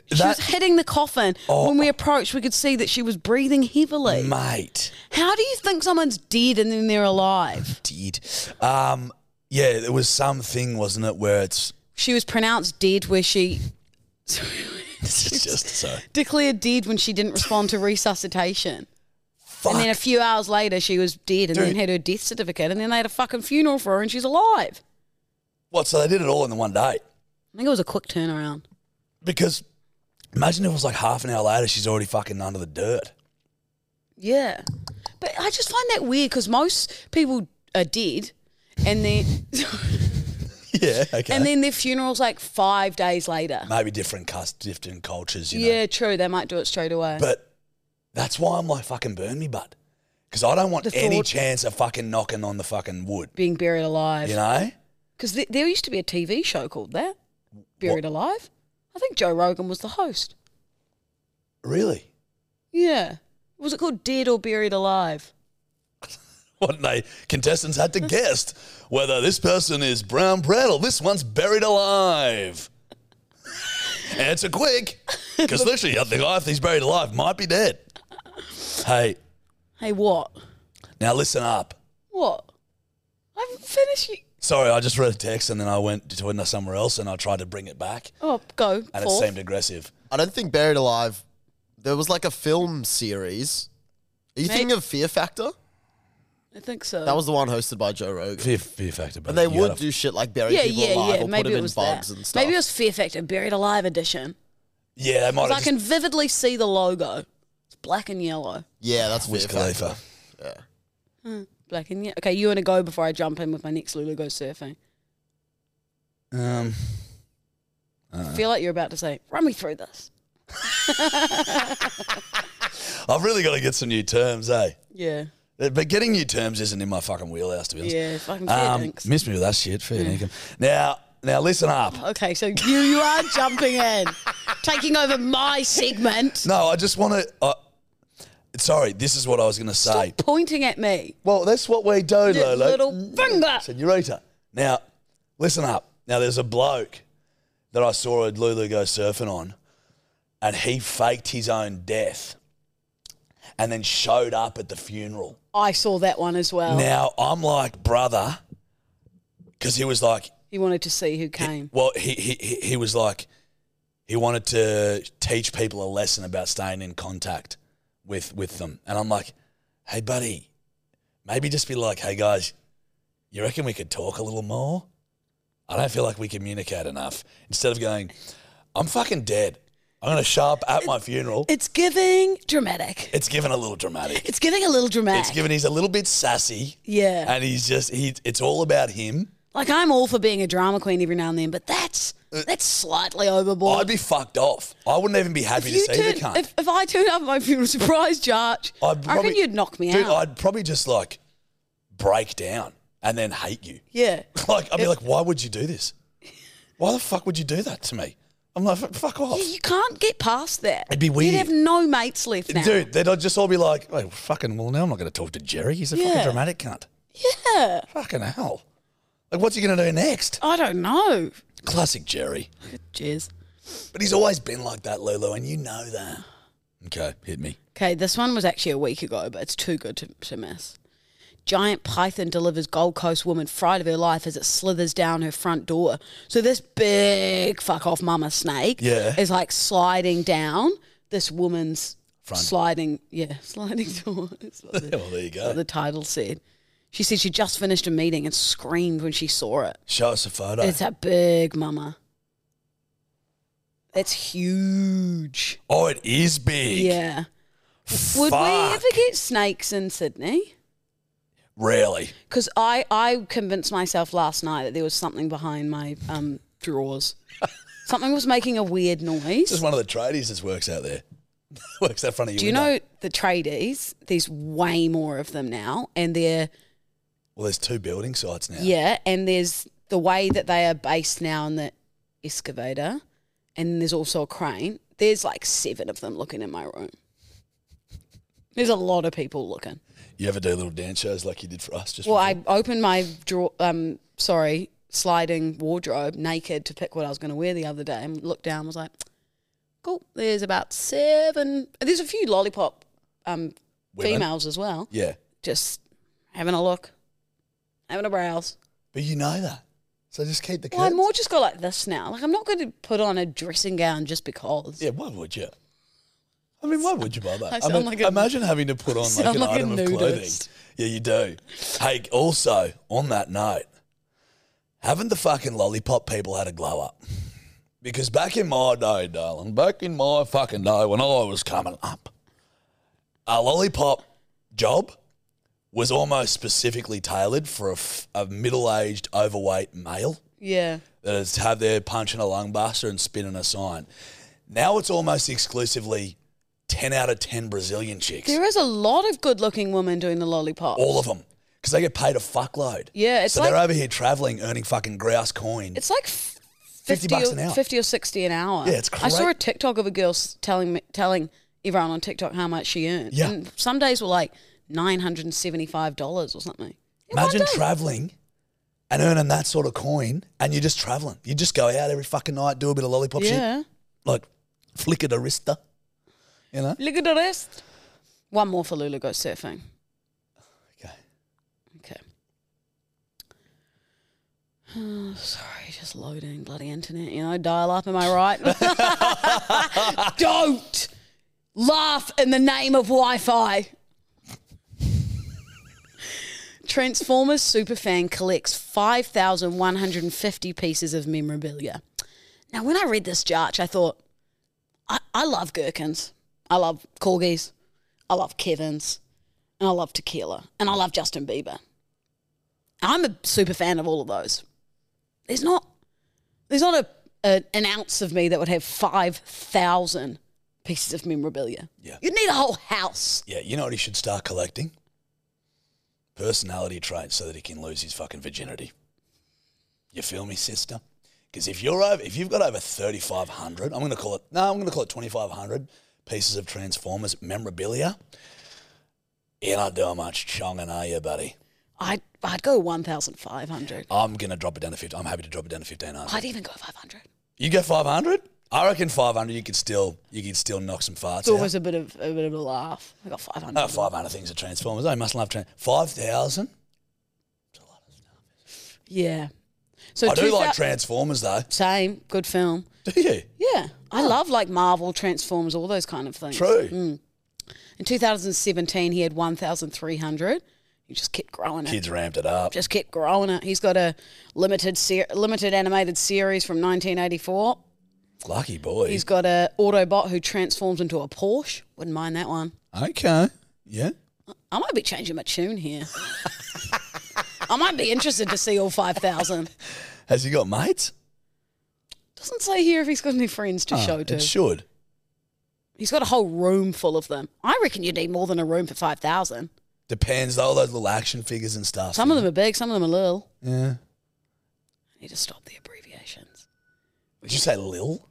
A: She was
B: That
A: hitting the coffin. When we approached, we could see that she was breathing heavily.
B: mate
A: How do you think someone's dead and then they're alive?
B: did. Um, yeah, there was something, wasn't it, where it's,
A: She was pronounced dead where she
B: it's just so
A: declared dead when she didn't respond to resuscitation.
B: fuck.
A: And then a few hours later, she was dead and then
B: Dude.
A: had her death certificate. And then they had a fucking funeral for her and she's alive.
B: what? So they did it all in the one day
A: I think it was a quick turnaround.
B: because imagine if it was like half an hour later, she's already fucking under the dirt.
A: Yeah. But I just find that weird because most people are dead and then,
B: Yeah, okay.
A: and then their funeral's like five days later.
B: maybe different cust, different cultures, you know.
A: Yeah, true. They might do it straight away.
B: But that's why I'm like fucking burn me, bud, because I don't want
A: The
B: any
A: thought-
B: chance of fucking knocking on the fucking wood,
A: being buried alive.
B: you know.
A: Because th- there used to be a TV show called that, Buried
B: What?
A: Alive. I think Joe Rogan was the host.
B: Really?
A: Yeah. Was it called Dead or Buried Alive?
B: What they contestants had to guess whether this person is brown bread or this one's buried alive. Answer quick, because literally, I think I if he's buried alive might be dead. Hey,
A: Hey, what?
B: now listen up.
A: What? I haven't finished you.
B: Sorry, I just read a text and then I went to went to somewhere else and I tried to bring it back
A: Oh, go.
B: and
A: forth.
B: it seemed aggressive.
C: I don't think Buried Alive. There was like a film series. Are you
A: Mate.
C: thinking of Fear Factor?
A: Uh, I think so.
C: That was the one hosted by Joe Rogan.
B: Fear, fear factor, but
C: And they would do shit like bury
A: yeah,
C: people
A: yeah,
C: alive
A: yeah.
C: or put
A: Maybe
C: them
A: it
C: in
A: was
C: bugs
A: that.
C: and stuff.
A: Maybe it was Fear Factor, Buried Alive edition.
B: Yeah, they might
C: Oh,
A: 'Cause
B: have
A: I
B: just
A: can vividly see the logo. It's black and yellow.
C: yeah, that's Wiz
B: Wiz Khalifa.
C: Yeah.
A: Hmm. Black and yellow. Okay, you want to go before I jump in with my next Lulu Go Surfing?
B: Um,
C: Uh.
A: I feel like you're about to say, run me through this.
B: I've really got to get some new terms, eh?
A: Yeah.
B: But getting new terms isn't in my fucking wheelhouse, to be honest. Um,
A: Yeah, fucking fair dinks.
B: miss me with that shit, fair dinkum. Now, now listen up.
A: Okay, so you you are jumping in, taking over my segment.
B: No, I just want to. Uh, sorry, this is what I was going to say.
A: Stop pointing at me.
B: Well, that's what we do,
A: Your
B: Lolo.
A: little finger.
B: Senorita. Now, listen up. Now, there's a bloke that I saw at Lulu go surfing on, and he faked his own death and then showed up at the funeral.
A: I saw that one as well.
B: Now, I'm like, brother, because he was like,
A: he wanted to see who came.
B: Well, he, he he he was like, he wanted to teach people a lesson about staying in contact with with them, and I'm like, hey, buddy, maybe just be like, hey, guys, you reckon we could talk a little more? I don't feel like we communicate enough. Instead of going, I'm fucking dead. I'm gonna show up at my funeral.
A: It's giving dramatic.
B: It's given a little dramatic.
A: It's giving a little dramatic.
B: It's given. He's a little bit sassy,
A: yeah.
B: and he's just he. It's all about him.
A: like I'm all for being a drama queen every now and then, but that's that's slightly overboard.
B: Uh, I'd be fucked off. I wouldn't even be happy to see the
A: turn,
B: cunt.
A: if, if I turned up at my funeral surprise, Judge, I reckon you'd knock me
B: dude,
A: out.
B: I'd probably just like break down and then hate you.
A: yeah.
B: Like, I'd be like, why would you do this? Why the fuck would you do that to me? I'm like, "F- fuck off.
A: You- You can't get past that.
B: It'd be weird.
A: You'd have no mates left now.
B: Dude, then I'd just all be like, oh, fucking, well, now I'm not going to talk to Jerry. He's a fucking
A: Yeah.
B: dramatic cunt.
A: Yeah.
B: Fucking hell. Like, what's he going to do next?
A: I don't know.
B: Classic Jerry.
A: Cheers.
B: But he's always been like that, Lulu, and you know that. Okay, hit me.
A: Okay, this one was actually a week ago, but it's too good to, to miss. Giant python delivers Gold Coast woman fright of her life as it slithers down her front door. So this big fuck off mama snake
B: Yeah.
A: is like sliding down this woman's
B: Front.
A: sliding yeah sliding door. That's what the-
B: Well, there you
A: what
B: go.
A: the title said. She said she just finished a meeting and screamed when she saw it.
B: Show us a photo.
A: It's a big mama. That's huge.
B: oh, it is big.
A: Yeah. Would we
B: Fuck.
A: ever get snakes in Sydney?
B: Really?
A: Because I, I convinced myself last night that there was something behind my um, drawers. something was making a weird
B: It's just
A: noise.
B: one of the tradies that works out there. works out front of you.
A: Do you know the tradies? There's way more of them now, and they're
B: Well, there's two building sites now.
A: yeah, and there's the way that they are based now in the excavator, and there's also a crane. There's like seven of them looking in my room. There's a lot of people looking.
B: You ever do little dance shows like you did for us? Just
A: well, I
B: before?
A: opened my draw. Um, sorry, sliding wardrobe naked to pick what I was going to wear the other day, and looked down. Was like, cool. There's about seven. There's a few lollipop um,
B: Women?
A: females as well.
B: Yeah,
A: Just having a look, having a browse.
B: but you know that, so just keep the.
A: Well, I
B: curtains.
A: more just go like this now. Like I'm not going to put on a dressing gown just because.
B: Yeah, why would you? I mean, why would you buy that?
A: I
B: I
A: sound
B: mean,
A: like a-
B: imagine having to put on like
A: sound
B: an
A: like a
B: item of clothing.
A: nudist.
B: Yeah, you do. Hey, also on that note, haven't the fucking lollipop people had a glow up? Because back in my day, darling, back in my fucking day when I was coming up, a lollipop job was almost specifically tailored for a, f- a middle-aged, overweight male
A: Yeah.
B: that is uh, have their punch in a lung buster and spinning a sign. Now it's almost exclusively 10 out of 10 Brazilian chicks.
A: There is a lot of good-looking women doing the lollipop.
B: All of them. Because they get paid a fuckload.
A: Yeah, it's
B: so they're
A: like-
B: over here traveling, earning fucking grouse coin.
A: It's like f-
B: 50
A: 50,
B: bucks
A: or,
B: an hour.
A: 50 or 60 an hour.
B: Yeah, it's
A: I saw a
B: great.
A: TikTok of a girl s- telling me, telling everyone on TikTok how much she earned.
B: Yeah.
A: And some days were like $975 or something. Yeah, one
B: Imagine
A: day.
B: traveling and earning that sort of coin and you're just traveling. You just go out every fucking night, do a bit of lollipop shit,
A: Yeah.
B: like flick a wrista. You know?
A: Look at the rest. One more for Lulu go surfing.
B: Okay.
A: Okay. Oh, sorry, just loading bloody internet. You know, dial up. Am I right? Don't laugh in the name of Wi-Fi. Transformers superfan collects five thousand one hundred and fifty pieces of memorabilia. Now, when I read this jarch, I thought, I, I love gherkins. I love corgis. I love Kevin's and I love tequila, and I love Justin Bieber. I'm a super fan of all of those. There's not, there's not a, a an ounce of me that would have five thousand pieces of memorabilia.
B: Yeah.
A: you'd need a whole house.
B: Yeah, you know what he should start collecting? Personality traits so that he can lose his fucking virginity. You feel me, sister? Because if you're over, if you've got over thirty five hundred, I'm going to call it. No, I'm going to call it twenty five hundred pieces of Transformers memorabilia. You're not doing much chonging, are you, buddy?
A: I'd I'd go one thousand five hundred.
B: I'm going to drop it down to fifty. I'm happy to drop it down to fifteen hundred.
A: I'd even go five hundred.
B: You go five hundred. I reckon five hundred. You could still, you could still knock some farts
A: It's always
B: out.
A: a bit of a bit of a laugh. I got five hundred.
B: Oh, 500 things are Transformers. I must love Trans. Five thousand.
A: Yeah. So
B: I do like
A: 2000
B: Transformers though.
A: Same good film.
B: Do you?
A: Yeah, I love like Marvel, Transformers, all those kind of things.
B: Ah. True.
A: Mm. In 2017, he had 1,300. He just kept growing it.
B: Kids ramped it up.
A: Just kept growing it. He's got a limited ser- limited animated series from 1984.
B: Lucky boy.
A: He's got a Autobot who transforms into a Porsche. Wouldn't mind that one.
B: okay. Yeah.
A: I might be changing my tune here. I might be interested to see all 5,000.
B: Has he got mates?
A: Doesn't say here if he's got any friends to
B: Ah,
A: show to.
B: It should.
A: he's got a whole room full of them. I reckon you need more than a room for 5,000.
B: Depends. All those little action figures and stuff.
A: Some of them are big, some of them are little.
B: Yeah.
A: I need to stop the abbreviations.
B: Did you say lil?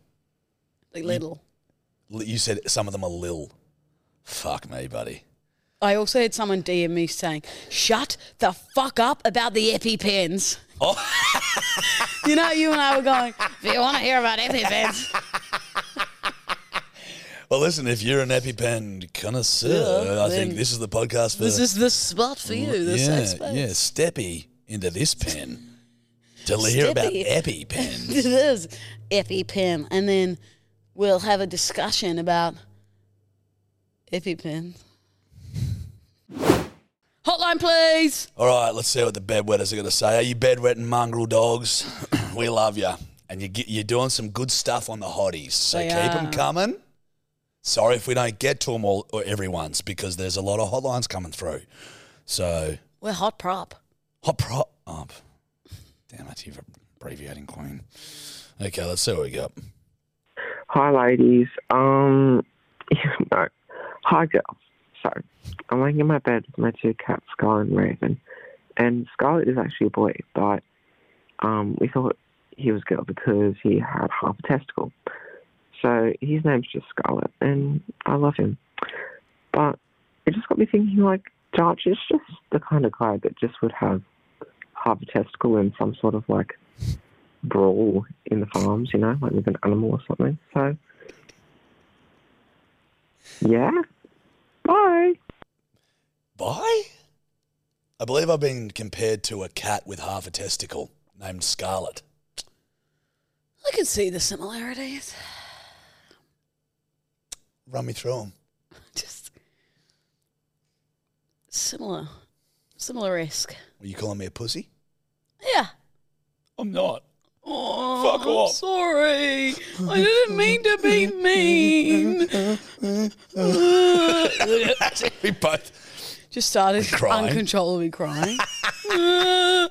A: Like little.
B: Li- You said some of them are lil. Fuck me, buddy.
A: I also had someone DM me saying, "Shut the fuck up about the EpiPens."
B: Oh.
A: you know, you and I were going. If you want to hear about EpiPens,
B: Well, listen, if you're an EpiPen connoisseur,
A: Yeah,
B: I think
A: then
B: this is the podcast for
A: this is the spot for you. The
B: yeah,
A: safe space.
B: yeah, steppy into this pen to hear about
A: Steppy.
B: EpiPen.
A: it is EpiPen, and then we'll have a discussion about EpiPen. Hotline hotline, please.
B: All right, let's see what the bedwetters are going to say. Are you bedwetting mongrel dogs? we love you. And you get, you're doing some good stuff on the hotties. So
A: They
B: keep 'em keep them
A: are.
B: coming. Sorry if we don't get to them all or everyone's because there's a lot of hotlines coming through. So,
A: We're hot prop.
B: hot prop up. Damn it, you're abbreviating Queen. Okay, let's see what we got.
E: Hi, ladies. Um, no. Hi, girls. So, I'm laying in my bed with my two cats, Scarlet and Raven. And Scarlet is actually a boy, but um, we thought he was a girl because he had half a testicle. So, his name's just Scarlet, and I love him. But it just got me thinking, like, Darch is just the kind of guy that just would have half a testicle and some sort of, like, brawl in the farms, you know, like with an animal or something. So, yeah. Bye.
B: Bye? I believe I've been compared to a cat with half a testicle named Scarlet.
A: I can see the similarities.
B: Run me through them.
A: Just similar, similar esque.
B: Are you calling me a pussy?
A: Yeah.
B: I'm not.
A: Oh,
B: Fuck
A: I'm
B: off.
A: sorry. I didn't mean to be mean.
B: we both.
A: Just started
B: Crying.
A: uncontrollably crying. Uh,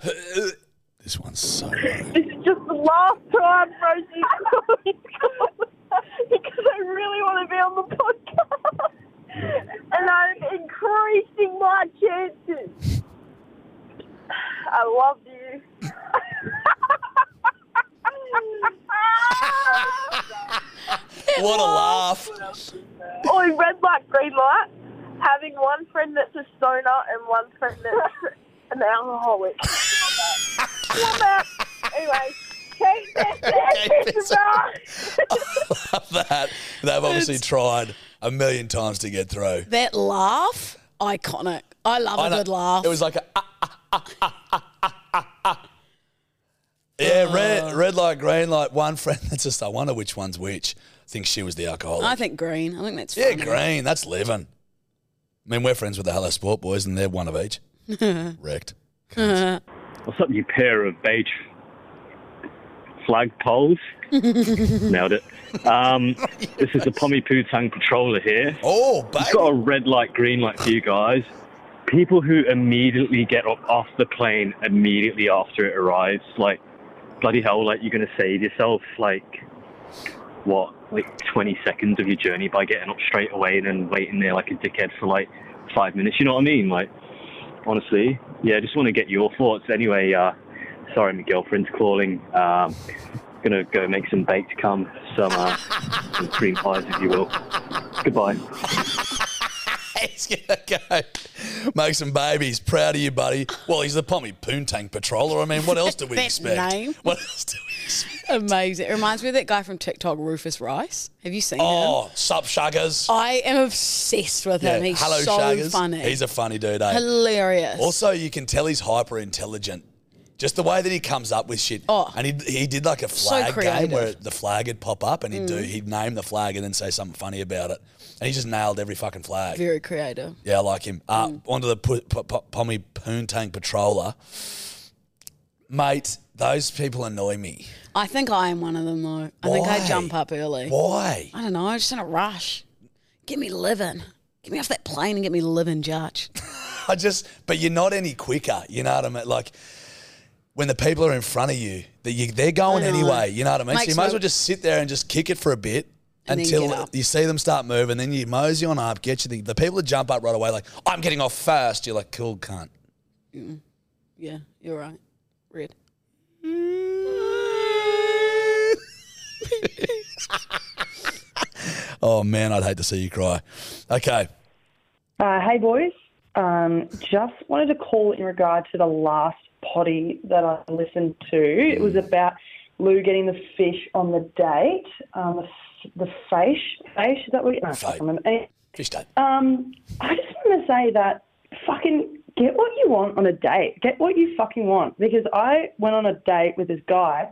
B: This one's so low.
F: This is just the last time Rosie's calling because I really want to be on the podcast. And I'm increasing my chances. I love you.
B: What a laugh.
F: oh, red light, green light. Having one friend that's a stoner and one friend that's an alcoholic. Love it. anyway, keep this
B: this that. They've obviously tried a million times to get through.
A: that laugh, iconic. I love a
B: I know.
A: good laugh.
B: It was like a. ah, ah, ah, ah, ah, ah, ah, ah. Yeah,
A: Uh.
B: red, red light, green light. One friend. That's just. I wonder which one's which. I think she was the alcoholic.
A: I think green. I think that's
B: yeah,
A: funny.
B: green. That's living. I mean, we're friends with the Hello Sport boys, and they're one of each. Wrecked.
G: What's up, you pair of beige flagpoles? Nailed it. Um, this is the Pommy Putang Patroller here.
B: Oh,
G: I've got
B: baby.
G: a red light, green light for you guys. People who immediately get up off the plane immediately after it arrives, like bloody hell, like you're gonna save yourself like what, like 20 seconds of your journey by getting up straight away and then waiting there like a dickhead for like five minutes. You know what I mean? Like, honestly, yeah. Just want to get your thoughts. Anyway, uh, sorry, my girlfriend's calling. Um, gonna go make some baked cum, some, uh, some cream pies, if you will. Goodbye.
B: He's gonna go make some babies. Proud of you, buddy. Well, he's the Pommy Poontang Patroller. I mean, what else do we
A: That
B: expect?
A: name.
B: What else do we expect?
A: Amazing. It reminds me of that guy from TikTok, Rufus Rice. Have you seen him?
B: Oh, sup, Shuggers.
A: I am obsessed with him. He's so
B: Shuggers.
A: funny.
B: He's a funny dude, eh?
A: hilarious.
B: Also, you can tell he's hyper intelligent. Just the way that he comes up with shit.
A: Oh.
B: And he, he did like a flag game
A: creative. Mm.
B: where the flag would pop up and he'd do he'd name the flag and then say something funny about it. And he just nailed every fucking flag.
A: Very creative.
B: yeah, I like him. Uh,
A: Mm.
B: Onto the pu- pu- pu- Pommy Poontang Patroller. Mate, those people annoy me.
A: I think I am one of them though. I think
B: Why?
A: I jump up early.
B: Why?
A: I don't know. I just in a rush. Get me living. Get me off that plane and get me living, Judge.
B: I just, but you're not any quicker. You know what I mean? Like when the people are in front of you, that you, they're going
A: I know.
B: anyway. You know what I mean? So
A: Makes
B: you might as
A: me-
B: well just sit there and just kick it for a bit
A: And then get
B: until
A: up.
B: you see them start moving. Then you mosey on up, get you the, the people that jump up right away. Like I'm getting off first. You're like cool cunt.
A: Yeah, you're right. Red.
B: Oh man, I'd hate to see you cry. Okay,
F: Uh, hey, boys. Um, just wanted to call in regard to the last potty that I listened to. It was about Lou getting the fish on the date, um, the, f- the fish. Fish, is that what you... No, I
B: Fish.
F: can't remember. Any-
B: fish day.
F: Um, I just want to say that fucking get what you want on a date. Get what you fucking want. Because I went on a date with this guy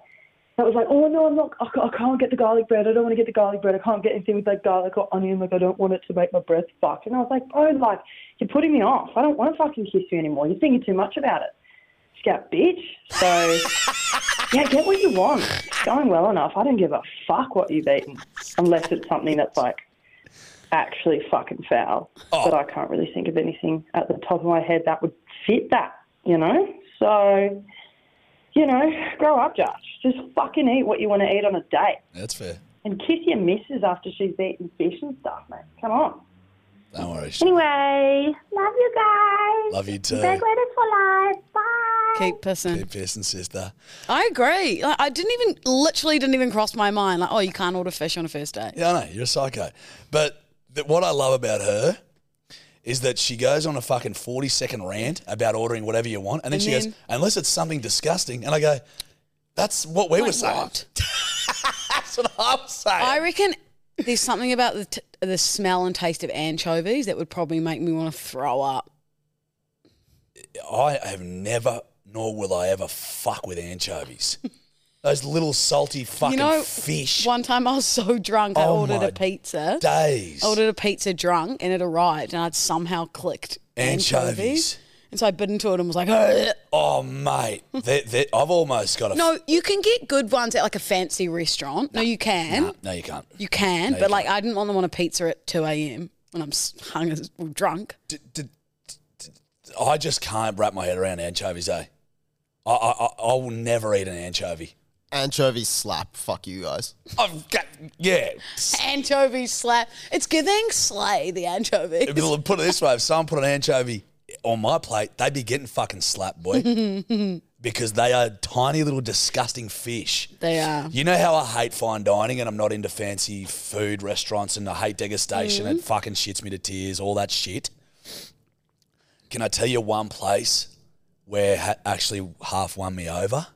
F: that was like, oh no, I'm not. I ca- I can't get the garlic bread. I don't want to get the garlic bread. I can't get anything with like garlic or onion. Like I don't want it to make my breath fucked. And I was like, oh, like you're putting me off. I don't want to fucking kiss you anymore. You're thinking too much about it, scout bitch. So yeah, get what you want. It's going well enough. I don't give a fuck what you've eaten, unless it's something that's like actually fucking foul.
B: Oh.
F: But I can't really think of anything at the top of my head that would fit that. You know, so you know, grow up, Josh. Just fucking eat what you want to eat on a date.
B: That's fair.
F: And kiss your missus after she's eaten fish and stuff, mate. Come on.
B: Don't worry. sh-
H: Anyway, love you guys.
B: Love you too.
H: Big letters for life.
A: Keep pissing.
B: Keep pissing, sister.
A: I agree. Like, I didn't even, literally didn't even cross my mind. Like, oh, you can't order fish on a first date.
B: Yeah, I know. You're a psycho. But th- what I love about her is that she goes on a fucking 40 second rant about ordering whatever you want. And then
A: And
B: she
A: then-
B: goes, unless it's something disgusting. And I go, that's what we were saying. That's what I'm saying.
A: I reckon there's something about the, t- the smell and taste of anchovies that would probably make me want to throw up.
B: I have never, nor will I ever fuck with anchovies. Those little salty fucking
A: you know,
B: fish.
A: One time I was so drunk, I
B: Oh
A: ordered
B: my
A: a pizza.
B: days.
A: I ordered a pizza drunk, and it arrived, and I'd somehow clicked
B: Anchovies.
A: And so I bit into it and was like, "Ugh."
B: Oh, mate. they they I've almost got a.
A: no, you can get good ones at like a fancy restaurant. No, you can.
B: no, you can't.
A: You can,
B: No, you
A: but like I didn't want to want a pizza at 2 a.m. when I'm s- hung as well, drunk.
B: I just can't wrap my head around anchovies, eh? I, I, I, I will never eat an anchovy.
C: Anchovy slap. Fuck you guys.
B: I've got, yeah.
A: Anchovy slap. It's giving slay the anchovies.
B: Well, Put it this way if someone put an anchovy on my plate, they'd be getting fucking slapped, boy.
A: they
B: because they are tiny little disgusting fish.
A: are.
B: You know how I hate fine dining and I'm not into fancy food restaurants and I hate degustation.
A: Mhm.
B: It fucking shits me to tears, all that shit. Can I tell you one place where ha- actually half won me over?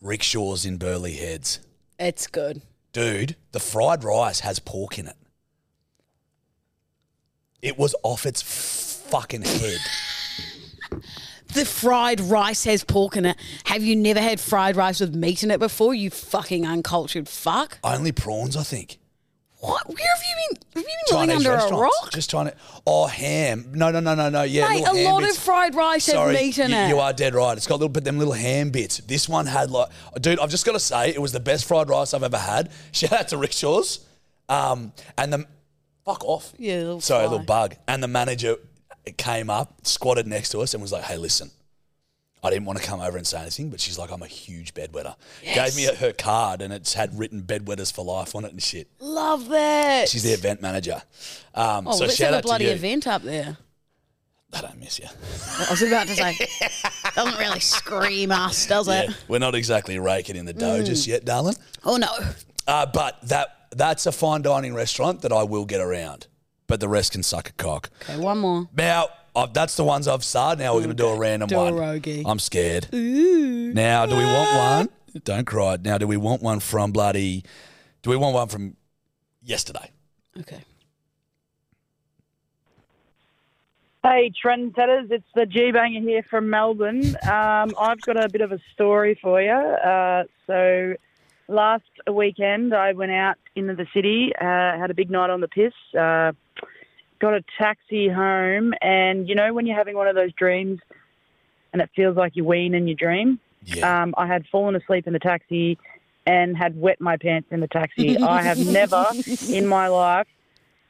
B: Rickshaws in Burley Heads.
A: It's good.
B: Dude, the fried rice has pork in it. It was off its fucking head.
A: The fried rice has pork in it. Have you never had fried rice with meat in it before? You fucking uncultured fuck.
B: Only prawns, I think.
A: What? Where have you been? Have you been living under a
B: restaurants.
A: rock?
B: Just trying to. Oh, ham. No, no, no, no, no. Yeah,
A: Mate,
B: little
A: a
B: ham
A: lot
B: bits.
A: of fried rice has
B: Sorry,
A: meat in
B: you,
A: it.
B: you are dead right. It's got little, but them little ham bits. This one had like, dude. I've just got to say, it was the best fried rice I've ever had. Shout out to Rickshaws. Um, and the fuck off.
A: Yeah, little
B: Sorry,
A: fly.
B: little bug. And the manager came up, squatted next to us, and was like, "Hey, listen." I didn't want to come over and say anything, but she's like, "I'm a huge bedwetter." Gave me her card, and it's had written "bedwetters for life" on it and shit.
A: Love that.
B: She's the event manager. Um,
A: Oh,
B: so
A: let's
B: shout
A: have a
B: out
A: bloody
B: to you.
A: event up there.
B: I don't miss you.
A: I was about to say, doesn't really scream us, does
B: Yeah,
A: it?
B: we're not exactly raking in the dough
A: Mm.
B: just yet, darling.
A: Oh no.
B: Uh, but that that's a fine dining restaurant that I will get around. But the rest can suck a cock.
A: Okay, one more.
B: Now I've, that's the ones I've starred. Now we're going to do a random
A: Do a
B: one.
A: rogie.
B: I'm scared.
A: Ooh. Ah.
B: Now, do we want one? Don't cry. Now, do we want one from bloody? Do we want one from yesterday?
A: Okay.
I: Hey, trendsetters, it's the G Banger here from Melbourne. Um, I've got a bit of a story for you. Uh, so, last weekend, I went out into the city, uh, had a big night on the piss, uh, got a taxi home, and you know when you're having one of those dreams and it feels like you're wean in your dream?
B: Uh,
I: Um, I had fallen asleep in the taxi and had wet my pants in the taxi. I have never in my life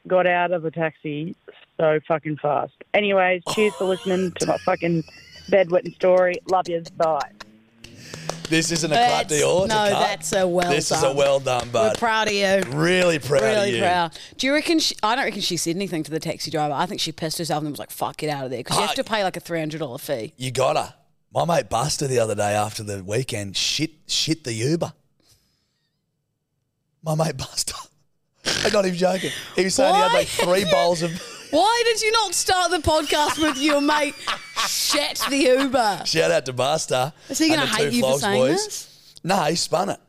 I: got out of a taxi so fucking fast. Anyways, cheers for listening to my fucking bedwetting story. Love you. Bye.
B: This isn't a clap
A: That's-
B: deal. It's a
A: no,
B: cut.
A: that's a well
B: This is a
A: done.
B: well done, bud.
A: We're proud of you.
B: Really proud of
A: Really
B: you.
A: proud. Do you reckon? She, I don't reckon she said anything to the taxi driver. I think she pissed herself and was like, "Fuck, get out of there," because you have to pay like a three hundred dollar fee.
B: You gotta. My mate Buster the other day after the weekend shit shit the Uber. My mate Buster. I'm not even joking. He was saying he had like three bowls of
A: Why did you not start the podcast with your mate? Shit the Uber.
B: shout out to Buster.
A: Is he
B: and
A: gonna
B: the
A: hate
B: two
A: you for
B: Flogs
A: saying
B: boys.
A: this?
B: No, he spun it.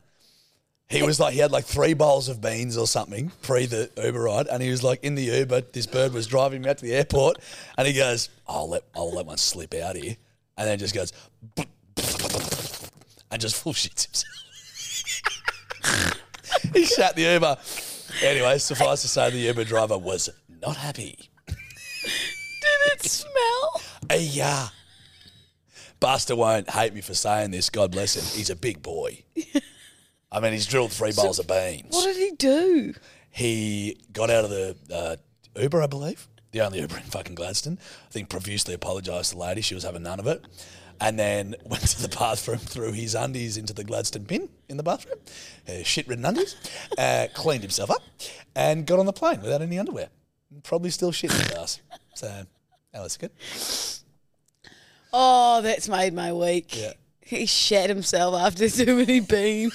B: He was like, he had like three bowls of beans or something pre the Uber ride, and he was like, in the Uber, this bird was driving him out to the airport, and he goes, "I'll let, I'll let one slip out here," and then just goes, and just full shits himself. he shat the Uber. Anyway, suffice to say, the Uber driver was not happy.
A: Did it smell?
B: Hey, yeah. Buster won't hate me for saying this. God bless him. He's a big boy. I mean, he's drilled three bowls of beans.
A: What did he do?
B: He got out of the uh, Uber, I believe, the only Uber in fucking Gladstone. I think profusely apologised to the lady. She was having none of it. And then went to the bathroom, threw his undies into the Gladstone bin in the bathroom, uh, shit ridden undies, uh, cleaned himself up, and got on the plane without any underwear. Probably still shit in his ass. So that was good.
A: Oh, that's made my week.
B: Yeah.
A: He shat himself after too many beans.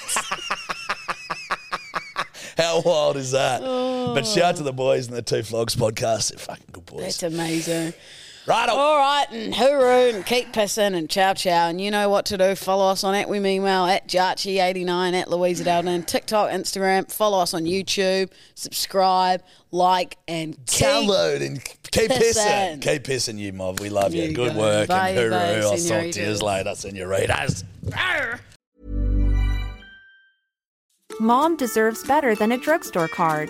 B: How wild is that?
A: Oh.
B: But shout out to the boys in the Two Flogs podcast. They're fucking good boys.
A: That's Oh, amazing.
B: Right.
A: All right, and hooroo, and keep pissing, and chow chow, and you know what to do. Follow us on at we email at jarchi89 at Louisa Dowden, TikTok, Instagram. Follow us on YouTube. Subscribe, like, and keep
B: Download and keep pissing. Keep pissing, you mob. We love you.
A: You
B: good
A: go.
B: work.
A: Bye,
B: and hooroo.
A: bye,
B: I'll talk to
A: senoritas.
B: you later, senoritas.
D: Mom deserves better than a drugstore card.